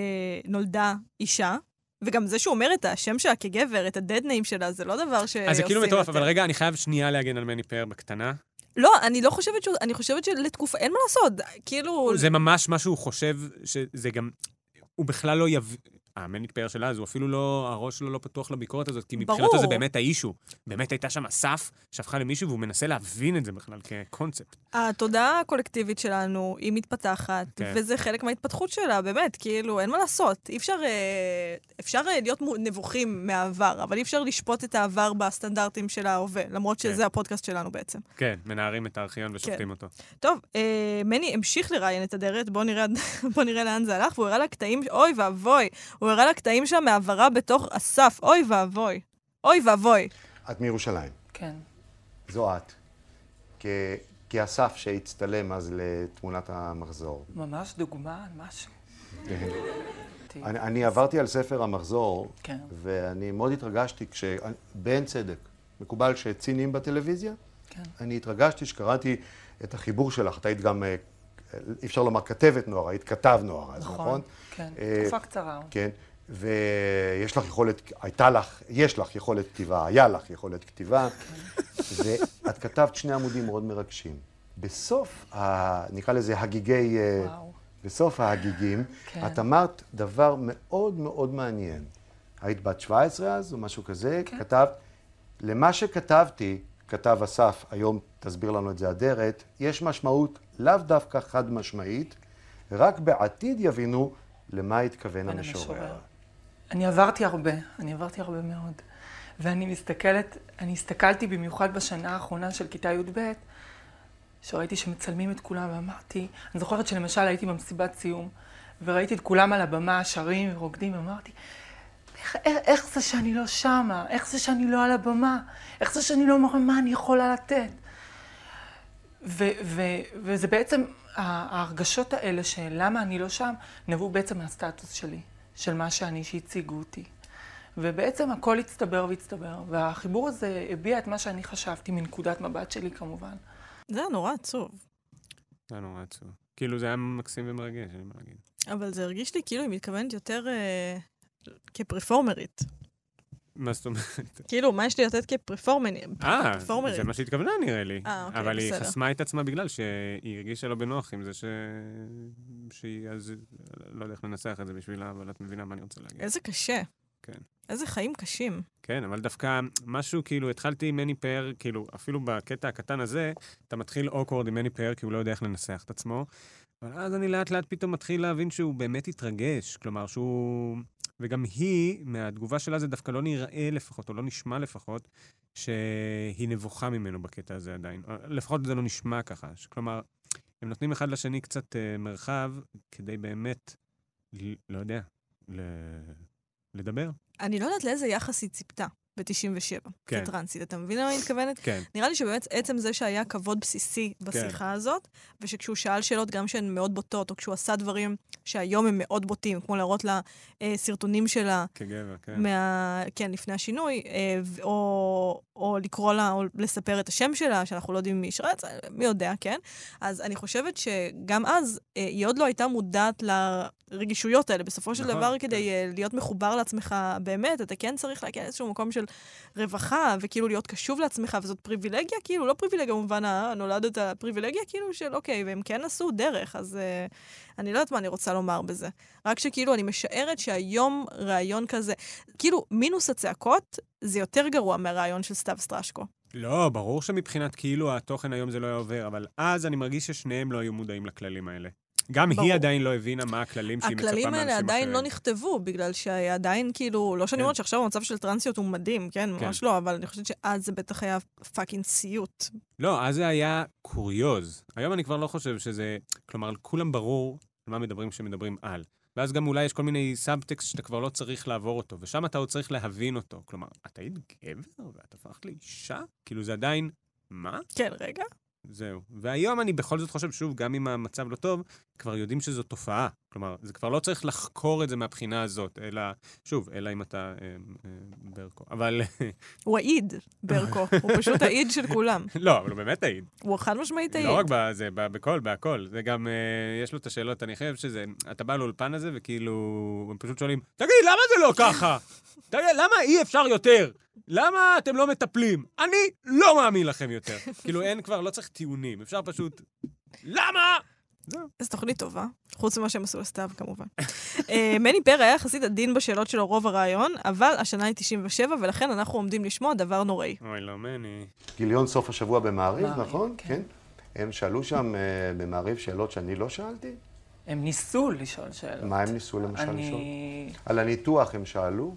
D: נולדה אישה, וגם זה שהוא אומר את השם שלה כגבר, את הדד ניים שלה, זה לא דבר שעושים...
C: אז זה כאילו מטורף,
D: יותר.
C: אבל רגע, אני חייב שנייה להגן על מני פאר בקטנה.
D: לא, אני לא חושבת ש... אני חושבת שלתקופה... אין מה לעשות, כאילו...
C: זה ממש מה שהוא חושב, שזה גם... הוא בכלל לא יב... המנית פאר שלה, אז הוא אפילו לא, הראש שלו לא פתוח לביקורת הזאת, כי מבחינתו
D: ברור.
C: זה באמת האישו. באמת הייתה שם אסף שהפכה למישהו, והוא מנסה להבין את זה בכלל כקונספט.
D: התודעה הקולקטיבית שלנו, היא מתפתחת,
C: כן.
D: וזה חלק מההתפתחות שלה, באמת, כאילו, אין מה לעשות. אי אפשר, אה, אפשר אה, להיות מו- נבוכים מהעבר, אבל אי אפשר לשפוט את העבר בסטנדרטים של ההווה, למרות שזה
C: כן.
D: הפודקאסט שלנו בעצם.
C: כן, מנערים את הארכיון ושופטים
D: כן.
C: אותו.
D: טוב, אה, מני המשיך לראיין את אדרת, בואו נראה, בוא נראה לאן זה הלך, והוא הראה לה קטעים, אוי ואבוי, הוא הראה לה קטעים שם מהעברה בתוך אסף, אוי ואבוי. אוי ואבוי.
M: את מירושלים.
L: כן.
M: זו את. כ- כאסף שהצטלם אז לתמונת המחזור.
L: ממש דוגמה על משהו.
M: אני, אני עברתי על ספר המחזור,
L: כן.
M: ואני מאוד התרגשתי כש... באין צדק. מקובל שציניים בטלוויזיה?
L: כן.
M: אני התרגשתי שקראתי את החיבור שלך. את היית גם, אה, אי אפשר לומר כתבת נוער, היית כתב נוער, אז נכון?
L: נכון. כן,
M: אה,
L: תקופה קצרה.
M: כן, ויש לך יכולת, הייתה לך, יש לך יכולת כתיבה, היה לך יכולת כתיבה,
L: כן.
M: ואת כתבת שני עמודים מאוד מרגשים. בסוף, ה- נקרא לזה הגיגי, אה, בסוף ההגיגים,
L: כן.
M: את אמרת דבר מאוד מאוד מעניין. היית בת 17 אז, או משהו כזה, כתבת, למה שכתבתי, כתב אסף, היום תסביר לנו את זה אדרת, יש משמעות לאו דווקא חד משמעית, רק בעתיד יבינו למה התכוון
L: בין
M: המשורר.
L: המשורר. אני עברתי הרבה, אני עברתי הרבה מאוד. ואני מסתכלת, אני הסתכלתי במיוחד בשנה האחרונה של כיתה י"ב, שראיתי שמצלמים את כולם, ואמרתי, אני זוכרת שלמשל הייתי במסיבת סיום, וראיתי את כולם על הבמה, שרים ורוקדים, ואמרתי, איך, איך, איך זה שאני לא שמה? איך זה שאני לא על הבמה? איך זה שאני לא אומרת מה אני יכולה לתת? ו- ו- וזה בעצם, ה- ההרגשות האלה של למה אני לא שם, נבעו בעצם מהסטטוס שלי, של מה שאני, שהציגו אותי. ובעצם הכל הצטבר והצטבר, והחיבור הזה הביע את מה שאני חשבתי מנקודת מבט שלי כמובן.
D: זה היה נורא עצוב.
C: זה היה נורא עצוב. כאילו, זה היה מקסים ומרגש, אין מה להגיד.
D: אבל זה הרגיש לי כאילו היא מתכוונת יותר אה, כפרפורמרית.
C: מה זאת אומרת?
D: כאילו, מה יש לי לתת כפרפורמרית?
C: אה,
D: כפרפורמרית.
C: זה מה שהתכוונה נראה לי.
D: אה, אוקיי,
C: אבל היא
D: בסדר.
C: חסמה את עצמה בגלל שהיא הרגישה לא בנוח עם זה ש... שהיא אז... לא יודע איך לנסח את זה בשבילה, אבל את מבינה מה אני רוצה להגיד.
D: איזה קשה.
C: כן.
D: איזה חיים קשים.
C: כן, אבל דווקא משהו, כאילו, התחלתי עם מני פאר, כאילו, אפילו בקטע הקטן הזה, אתה מתחיל אוקוורד עם מני פאר, כי הוא לא יודע איך לנסח את עצמו. אבל אז אני לאט לאט פתאום מתחיל להבין שהוא באמת התרגש. כלומר, שהוא... וגם היא, מהתגובה שלה זה דווקא לא נראה לפחות, או לא נשמע לפחות, אה, שהיא נבוכה ממנו בקטע הזה עדיין. לפחות זה לא נשמע ככה. כלומר, הם נותנים אחד לשני קצת אה, מרחב כדי באמת, ל- לא יודע, ל... לדבר.
D: אני לא יודעת לאיזה יחס היא ציפתה ב-97,
C: כן.
D: כטרנסית. אתה מבין למה אני מתכוונת?
C: כן.
D: נראה לי שבאמת עצם זה שהיה כבוד בסיסי בשיחה הזאת, ושכשהוא שאל שאלות גם שהן מאוד בוטות, או כשהוא עשה דברים שהיום הם מאוד בוטים, כמו להראות לה אה, סרטונים שלה
C: כגבר, כן.
D: מה... כן, לפני השינוי, אה, ו- או, או לקרוא לה, או לספר את השם שלה, שאנחנו לא יודעים מי ישרת, אה, מי יודע, כן? אז אני חושבת שגם אז, אה, היא עוד לא הייתה מודעת לרגישויות האלה. בסופו של
N: נכון,
D: דבר, כדי אה, להיות מחובר לעצמך באמת, אתה כן צריך להגיע לאיזשהו מקום של רווחה, וכאילו להיות קשוב לעצמך, וזאת פריבילגיה, כאילו, לא פריבילגיה במובן הנולדת, אלא פריבילגיה כאילו של אוקיי, והם כן עשו דרך, אז אה, אני לא יודעת מה אני רוצה לומר בזה. רק שכאילו, אני משערת שהיום ראיון כזה, כאילו, מינוס הצעקות, זה יותר גרוע מהראיון של סתיו סטרשקו.
C: לא, ברור שמבחינת כאילו התוכן היום זה לא היה עובר, אבל אז אני מרגיש ששניהם לא היו מודעים לכללים האלה. גם
D: ברור.
C: היא עדיין לא הבינה מה הכללים שהיא מצפה מאנשים
D: הכללים
C: אחרים.
D: האלה עדיין לא נכתבו, בגלל שעדיין כאילו, לא שאני
C: כן.
D: אומרת שעכשיו המצב של טרנסיות הוא מדהים, כן?
C: כן.
D: ממש לא, אבל אני חושבת שאז זה בטח היה פאקינג סיוט.
C: לא, אז זה היה קוריוז. היום אני כבר לא חושב שזה... כלומר, לכולם ברור על מה מדברים כשמדברים על. ואז גם אולי יש כל מיני סאבטקסט שאתה כבר לא צריך לעבור אותו, ושם אתה עוד צריך להבין אותו. כלומר, את היית גבר ואת הפכת לאישה? כאילו, זה עדיין... מה?
D: כן, רגע.
C: זהו. והיום אני בכל זאת חושב, שוב, גם אם המצב לא טוב, כבר יודעים שזו תופעה. כלומר, זה כבר לא צריך לחקור את זה מהבחינה הזאת, אלא, שוב, אלא אם אתה אה, אה, ברקו. אבל...
D: הוא העיד, ברקו. הוא פשוט העיד של כולם.
C: לא, אבל הוא באמת העיד.
D: הוא חד משמעית העיד.
C: לא רק בזה, ב- בכל, בהכל. זה גם, אה, יש לו את השאלות, אני חושב שזה, אתה בא לאולפן הזה וכאילו, הם פשוט שואלים, תגיד, למה זה לא ככה? תגיד, למה אי אפשר יותר? למה אתם לא מטפלים? אני לא מאמין לכם יותר. כאילו, אין כבר, לא צריך טיעונים, אפשר פשוט... למה?
D: זו תוכנית טובה, חוץ ממה שהם עשו לסתיו כמובן. אה, מני פר היה יחסית עדין בשאלות שלו רוב הרעיון, אבל השנה היא 97, ולכן אנחנו עומדים לשמוע דבר נוראי.
C: אוי, לא מני.
M: גיליון סוף השבוע במעריב,
D: מעריב,
M: נכון? כן. הם שאלו שם אה, במעריב שאלות שאני לא שאלתי?
L: הם ניסו לשאול שאלות.
M: מה הם ניסו למשל
L: אני-
M: לשאול? על הניתוח הם שאלו?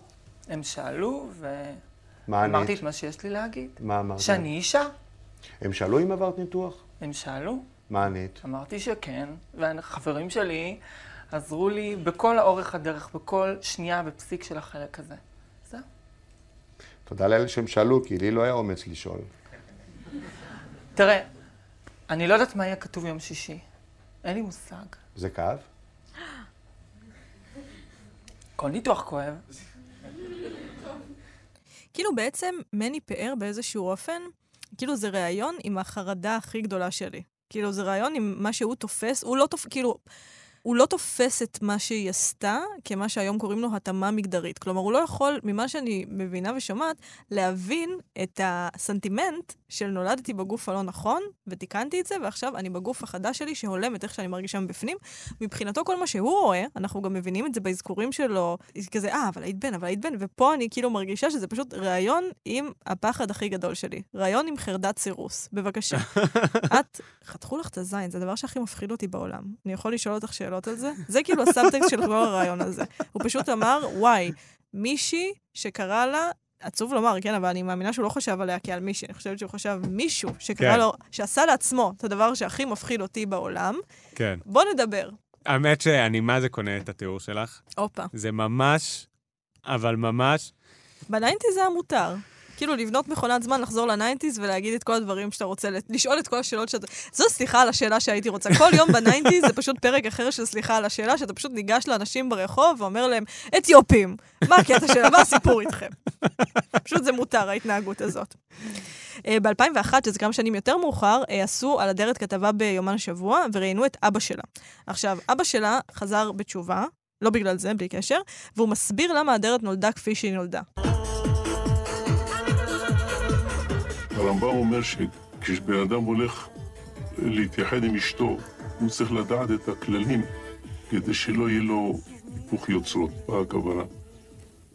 L: הם שאלו, ו...
M: מה ענית?
L: אמרתי את מה שיש לי להגיד.
M: מה אמרת?
L: שאני אישה.
M: הם שאלו אם עברת ניתוח?
L: הם שאלו,
M: מה ענית?
L: אמרתי שכן, והחברים שלי עזרו לי בכל האורך הדרך, בכל שנייה ופסיק של החלק הזה. זהו.
M: תודה לאלה שהם שאלו, כי לי לא היה אומץ לשאול.
L: תראה, אני לא יודעת מה יהיה כתוב יום שישי. אין לי מושג.
M: זה כאב?
L: כל ניתוח כואב.
D: כאילו בעצם מני פאר באיזשהו אופן, כאילו זה ראיון עם החרדה הכי גדולה שלי. כאילו זה ראיון עם מה שהוא תופס, הוא לא תופס, כאילו, הוא לא תופס את מה שהיא עשתה כמה שהיום קוראים לו התאמה מגדרית. כלומר, הוא לא יכול, ממה שאני מבינה ושומעת, להבין את הסנטימנט של נולדתי בגוף הלא נכון, ותיקנתי את זה, ועכשיו אני בגוף החדש שלי שהולם את איך שאני מרגישה מבפנים. מבחינתו, כל מה שהוא רואה, אנחנו גם מבינים את זה באזכורים שלו, כזה, אה, אבל היית בן, אבל היית בן, ופה אני כאילו מרגישה שזה פשוט ראיון עם הפחד הכי גדול שלי. ראיון עם חרדת סירוס. בבקשה. את, חתכו לך את הזין, זה הדבר שהכי מפחיד אותי בעולם. אני יכול לשאול אותך שאלות על זה? זה כאילו הסאבטקסט של כל הרעיון הזה. הוא פשוט אמר, וואי, מישהי שקרא לה, עצוב לומר, כן, אבל אני מאמינה שהוא לא חשב עליה כעל מישהי, אני חושבת שהוא חשב מישהו שקרא
C: כן.
D: לו, שעשה לעצמו את הדבר שהכי מפחיד אותי בעולם.
C: כן.
D: בוא נדבר.
C: האמת שאני מה זה קונה את התיאור שלך.
D: הופה.
C: זה ממש, אבל ממש,
D: בניינטיז היה מותר. כאילו, לבנות מכונת זמן, לחזור לניינטיז ולהגיד את כל הדברים שאתה רוצה, לשאול את כל השאלות שאתה... זו סליחה על השאלה שהייתי רוצה. כל יום בניינטיז זה פשוט פרק אחר של סליחה על השאלה, שאתה פשוט ניגש לאנשים ברחוב ואומר להם, אתיופים, מה הקטע שלה, מה הסיפור איתכם? פשוט זה מותר, ההתנהגות הזאת. ב-2001, שזה כמה שנים יותר מאוחר, אה, עשו על אדרת כתבה ביומן השבוע, וראיינו את אבא שלה. עכשיו, אבא שלה חזר בתשובה, לא בגלל זה, בלי קשר, והוא מסביר למה אדרת נולדה כפי שהיא נולדה.
O: הרמב"ם אומר שכשבן אדם הולך להתייחד עם אשתו, הוא צריך לדעת את הכללים כדי שלא יהיה לו היפוך יוצרות, מה הכוונה?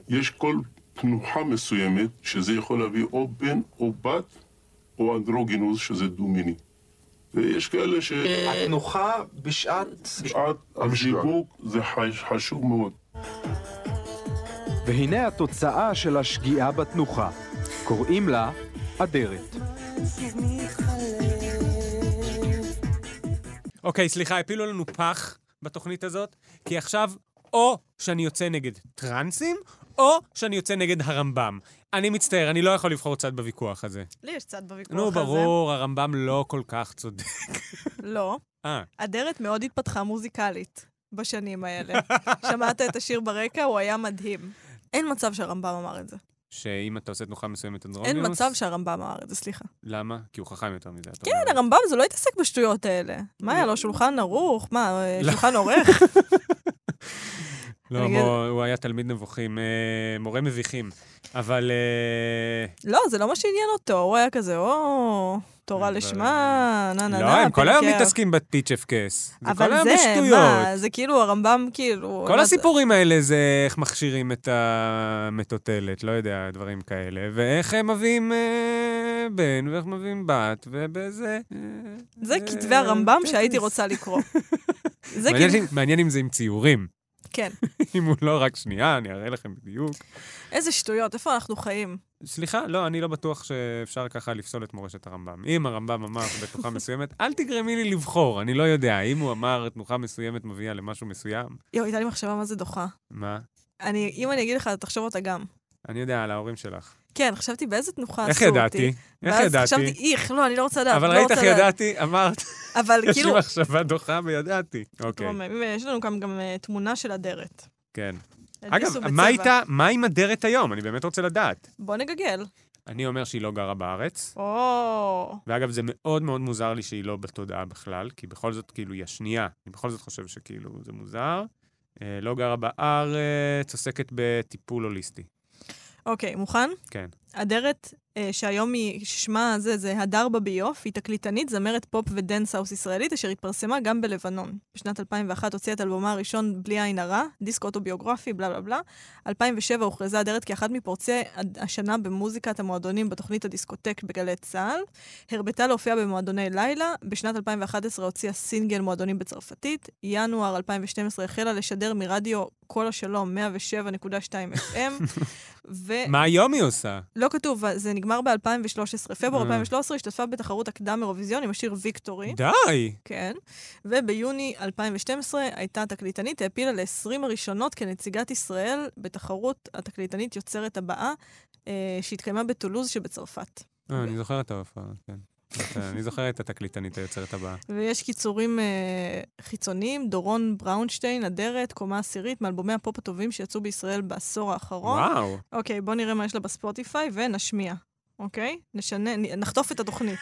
O: יש כל תנוחה מסוימת שזה יכול להביא או בן או בת או אנדרוגינוס שזה דו-מיני. ויש כאלה ש... התנוחה בשעת... בשעת הזיווג זה חש- חשוב מאוד.
P: והנה התוצאה של השגיאה בתנוחה. קוראים לה אדרת.
C: אוקיי, סליחה, הפילו לנו פח בתוכנית הזאת, כי עכשיו או שאני יוצא נגד טרנסים, או שאני יוצא נגד הרמב"ם. אני מצטער, אני לא יכול לבחור צד בוויכוח הזה.
D: לי יש צד בוויכוח
C: נו,
D: הזה.
C: ברור, הרמב"ם לא כל כך צודק.
D: לא.
C: אה,
D: אדרת מאוד התפתחה מוזיקלית בשנים האלה. שמעת את השיר ברקע, הוא היה מדהים. אין מצב שהרמב"ם אמר את זה.
C: שאם אתה עושה תנוחה מסוימת אנדרומיוס...
D: אין מצב שהרמב"ם אמר את זה, סליחה.
C: למה? כי הוא חכם יותר מזה. אתה
D: כן, הרמב"ם זה לא התעסק בשטויות האלה. מה היה לו, שולחן ערוך? מה, אה, שולחן עורך?
C: לא,
D: אני
C: בוא,
D: אגיד-
C: הוא היה תלמיד נבוכים, אה, מורה מביכים. אבל... אה,
D: לא, זה לא מה שעניין אותו, הוא היה כזה, או, תורה לשמה, נה נה נה,
C: אה, לא, הם כל היום
D: פרקי אב."
C: מתעסקים בפיץ' אף קס. זה כל
D: אבל
C: היום
D: זה, מה,
C: בשטויות.
D: זה כאילו, הרמב"ם כאילו...
C: כל
D: מה זה-
C: הסיפורים האלה זה איך מכשירים את המטוטלת, לא יודע, דברים כאלה, ואיך הם מביאים אה, בן, ואיך מביאים בת, ובזה... אה,
D: זה כתבי הרמב"ם שהייתי רוצה לקרוא. זה
C: מעניין
D: כאילו...
C: אם- מעניין אם זה עם ציורים.
D: כן.
C: אם הוא לא רק שנייה, אני אראה לכם בדיוק.
D: איזה שטויות, איפה אנחנו חיים?
C: סליחה, לא, אני לא בטוח שאפשר ככה לפסול את מורשת הרמב"ם. אם הרמב"ם אמר בתנוחה מסוימת, אל תגרמי לי לבחור, אני לא יודע. אם הוא אמר תנוחה מסוימת מביאה למשהו מסוים,
D: יואו, הייתה לי מחשבה מה זה דוחה.
C: מה?
D: אני, אם אני אגיד לך, תחשוב אותה גם.
C: אני יודע, על ההורים שלך.
D: כן, חשבתי באיזה תנוחה עשו
C: איך
D: אותי.
C: ידעתי? איך ידעתי?
D: ואז חשבתי, איך, לא, אני לא רוצה לדעת.
C: אבל
D: לא
C: ראית איך
D: רוצה לדעת."
C: ידעתי? אמרת.
D: אבל
C: יש לי
D: כאילו-
C: מחשבה דוחה וידעתי. אוקיי,
D: רומם, יש לנו כאן גם אה, תמונה של אדרת.
C: כן.
D: הדפיסו
C: אגב,
D: בצבע.
C: מה איתה, מה עם אדרת היום? אני באמת רוצה לדעת.
D: בוא נגגל.
C: אני אומר שהיא לא גרה בארץ.
D: או,
C: ואגב, זה מאוד מאוד מוזר לי שהיא לא בתודעה בכלל, כי בכל זאת, כאילו, היא השנייה. אני בכל זאת חושב שכאילו זה מוזר. אה, לא גרה בארץ, עוסקת בטיפול הוליסטי.
D: אוקיי, מוכן?
C: כן.
D: אדרת, אה, שהיום היא, ששמה זה, זה הדר בביוף, היא תקליטנית, זמרת פופ ודנס האוס ישראלית, אשר התפרסמה גם בלבנון. בשנת 2001 הוציאה את אלבומה הראשון בלי עין הרע, דיסק אוטוביוגרפי, בלה בלה בלה. 2007 הוכרזה אדרת כאחת מפורצי הד- השנה במוזיקת המועדונים בתוכנית הדיסקוטק בגלי צה"ל. הרבתה להופיע במועדוני לילה, בשנת 2011 הוציאה סינגל מועדונים בצרפתית. ינואר 2012 החלה לשדר מרדיו כל השלום 107.2 FM. ו...
C: מה היום היא עושה?
D: לא כתוב, זה נגמר ב-2013. פברואר
C: אה.
D: 2013 השתתפה בתחרות הקדם אירוויזיון עם השיר ויקטורי.
C: די!
D: כן. וביוני 2012 הייתה תקליטנית, העפילה ל-20 הראשונות כנציגת ישראל בתחרות התקליטנית יוצרת הבאה, אה, שהתקיימה בטולוז שבצרפת.
C: אה, אני זוכר את ההופעה, כן. אני זוכר את התקליטנית היוצרת הבאה.
D: ויש קיצורים אה, חיצוניים, דורון בראונשטיין, אדרת, קומה עשירית, מאלבומי הפופ הטובים שיצאו בישראל בעשור האחרון.
C: וואו.
D: אוקיי, בוא נראה מה יש לה בספוטיפיי ונשמיע, אוקיי? נשנה, נ- נחטוף את התוכנית.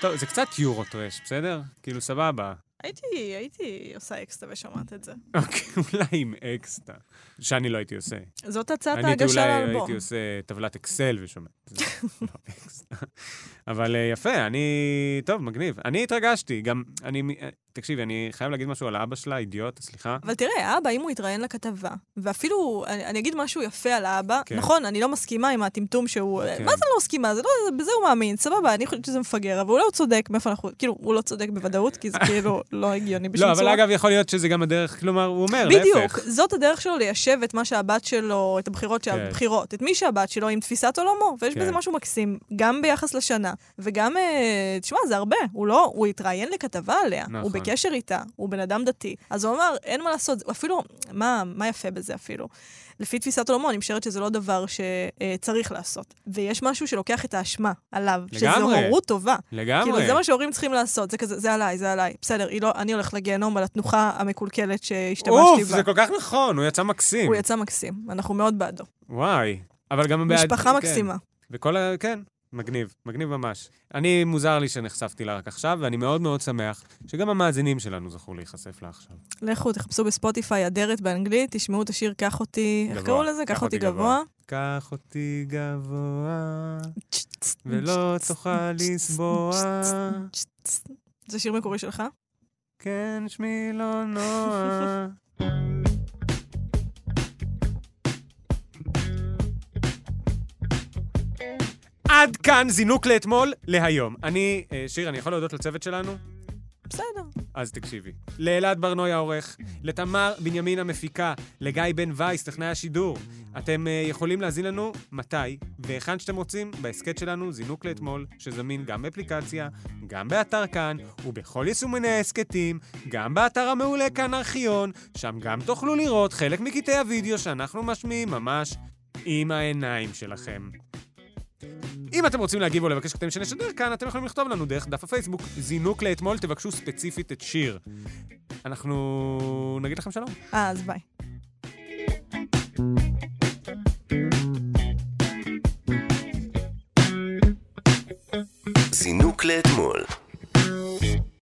C: טוב, זה קצת יורו טרש, בסדר? כאילו, סבבה.
D: הייתי, הייתי עושה אקסטה ושומעת את זה.
C: אוקיי, אולי עם אקסטה, שאני לא הייתי עושה.
D: זאת הצעת
C: אני הייתי
D: ההגשה
C: אולי
D: לאלבום.
C: הייתי עושה טבלת אקסל ושומע. זה לא אקסטה. אבל אה, יפה, אני... טוב, מגניב. אני התרגשתי, גם אני... מ- אה, תקשיבי, אני חייב להגיד משהו על האבא שלה, אידיוט, סליחה.
D: אבל תראה, אבא, אם הוא יתראיין לכתבה, ואפילו, אני, אני אגיד משהו יפה על האבא,
C: כן.
D: נכון, אני לא מסכימה עם הטמטום שהוא...
C: כן.
D: מה זה לא מסכימה? זה לא, בזה הוא מאמין, סבבה, אני חושבת שזה מפגר, אבל אולי הוא לא צודק, מאיפה אנחנו... כאילו, הוא לא צודק בוודאות, כי זה כאילו לא הגיוני בשום
C: לא,
D: צורה.
C: אבל אגב, יכול להיות שזה גם הדרך, כלומר, הוא אומר, להפך.
D: בדיוק, זאת הדרך שלו ליישב את מה שהבת שלו, את הבחירות של
C: כן.
D: הבחירות, את מי שהבת שלו עם תפיסת עולמו, ויש
C: כן.
D: בזה משהו מקסים, גם ביחס לשנה, וגם, אה, תשמע, זה הרבה, הוא לא, הוא התראיין לכתבה עליה,
K: נכון.
D: הוא בקשר איתה, הוא בן אדם דתי, אז הוא אמר, אין מה לעשות, זה- אפילו, מה, מה יפה בזה אפילו? לפי תפיסת עולמו, אני משערת שזה לא דבר שצריך לעשות. ויש משהו שלוקח את האשמה עליו, שזו
C: לגמרי.
D: הורות טובה.
C: לגמרי.
D: כאילו, זה מה שהורים צריכים לעשות, זה כזה, זה עליי, זה עליי. בסדר, היא לא, אני הולך לגיהנום על התנוחה המקולקלת שהשתמשתי בה.
C: אוף, זה כל כך נכון, הוא יצא מקסים.
D: הוא יצא מקסים, אנחנו מאוד בעדו.
C: וואי. אבל גם בעד...
D: משפחה
C: כן.
D: מקסימה.
C: וכל ה... כן, מגניב, מגניב ממש. אני, מוזר לי שנחשפתי לה רק עכשיו, ואני מאוד מאוד שמח שגם המאזינים שלנו זכו להיחשף לה עכשיו.
D: לכו, תחפשו בספוטיפיי אדרת באנגלית, תשמעו את השיר "קח אותי", איך קראו לזה? "קח אותי גבוה".
C: קח אותי גבוה, ולא תוכל לסבוע.
D: זה שיר מקורי שלך?
C: כן, שמי לא נועה. עד כאן זינוק לאתמול, להיום. אני, אה, שיר, אני יכול להודות לצוות שלנו?
D: בסדר.
C: אז תקשיבי. לאלעד ברנוי העורך, לתמר בנימין המפיקה, לגיא בן וייס, טכנאי השידור. אתם אה, יכולים להזין לנו מתי והיכן שאתם רוצים בהסכת שלנו זינוק לאתמול, שזמין גם באפליקציה, גם באתר כאן, ובכל יישומני ההסכתים, גם באתר המעולה כאן ארכיון, שם גם תוכלו לראות חלק מקטעי הוידאו שאנחנו משמיעים ממש עם העיניים שלכם. אם אתם רוצים להגיב או לבקש קטעים שנשדר כאן, אתם יכולים לכתוב לנו דרך דף הפייסבוק, זינוק לאתמול, תבקשו ספציפית את שיר. אנחנו נגיד לכם שלום.
D: אה, אז ביי.
B: זינוק לאתמול.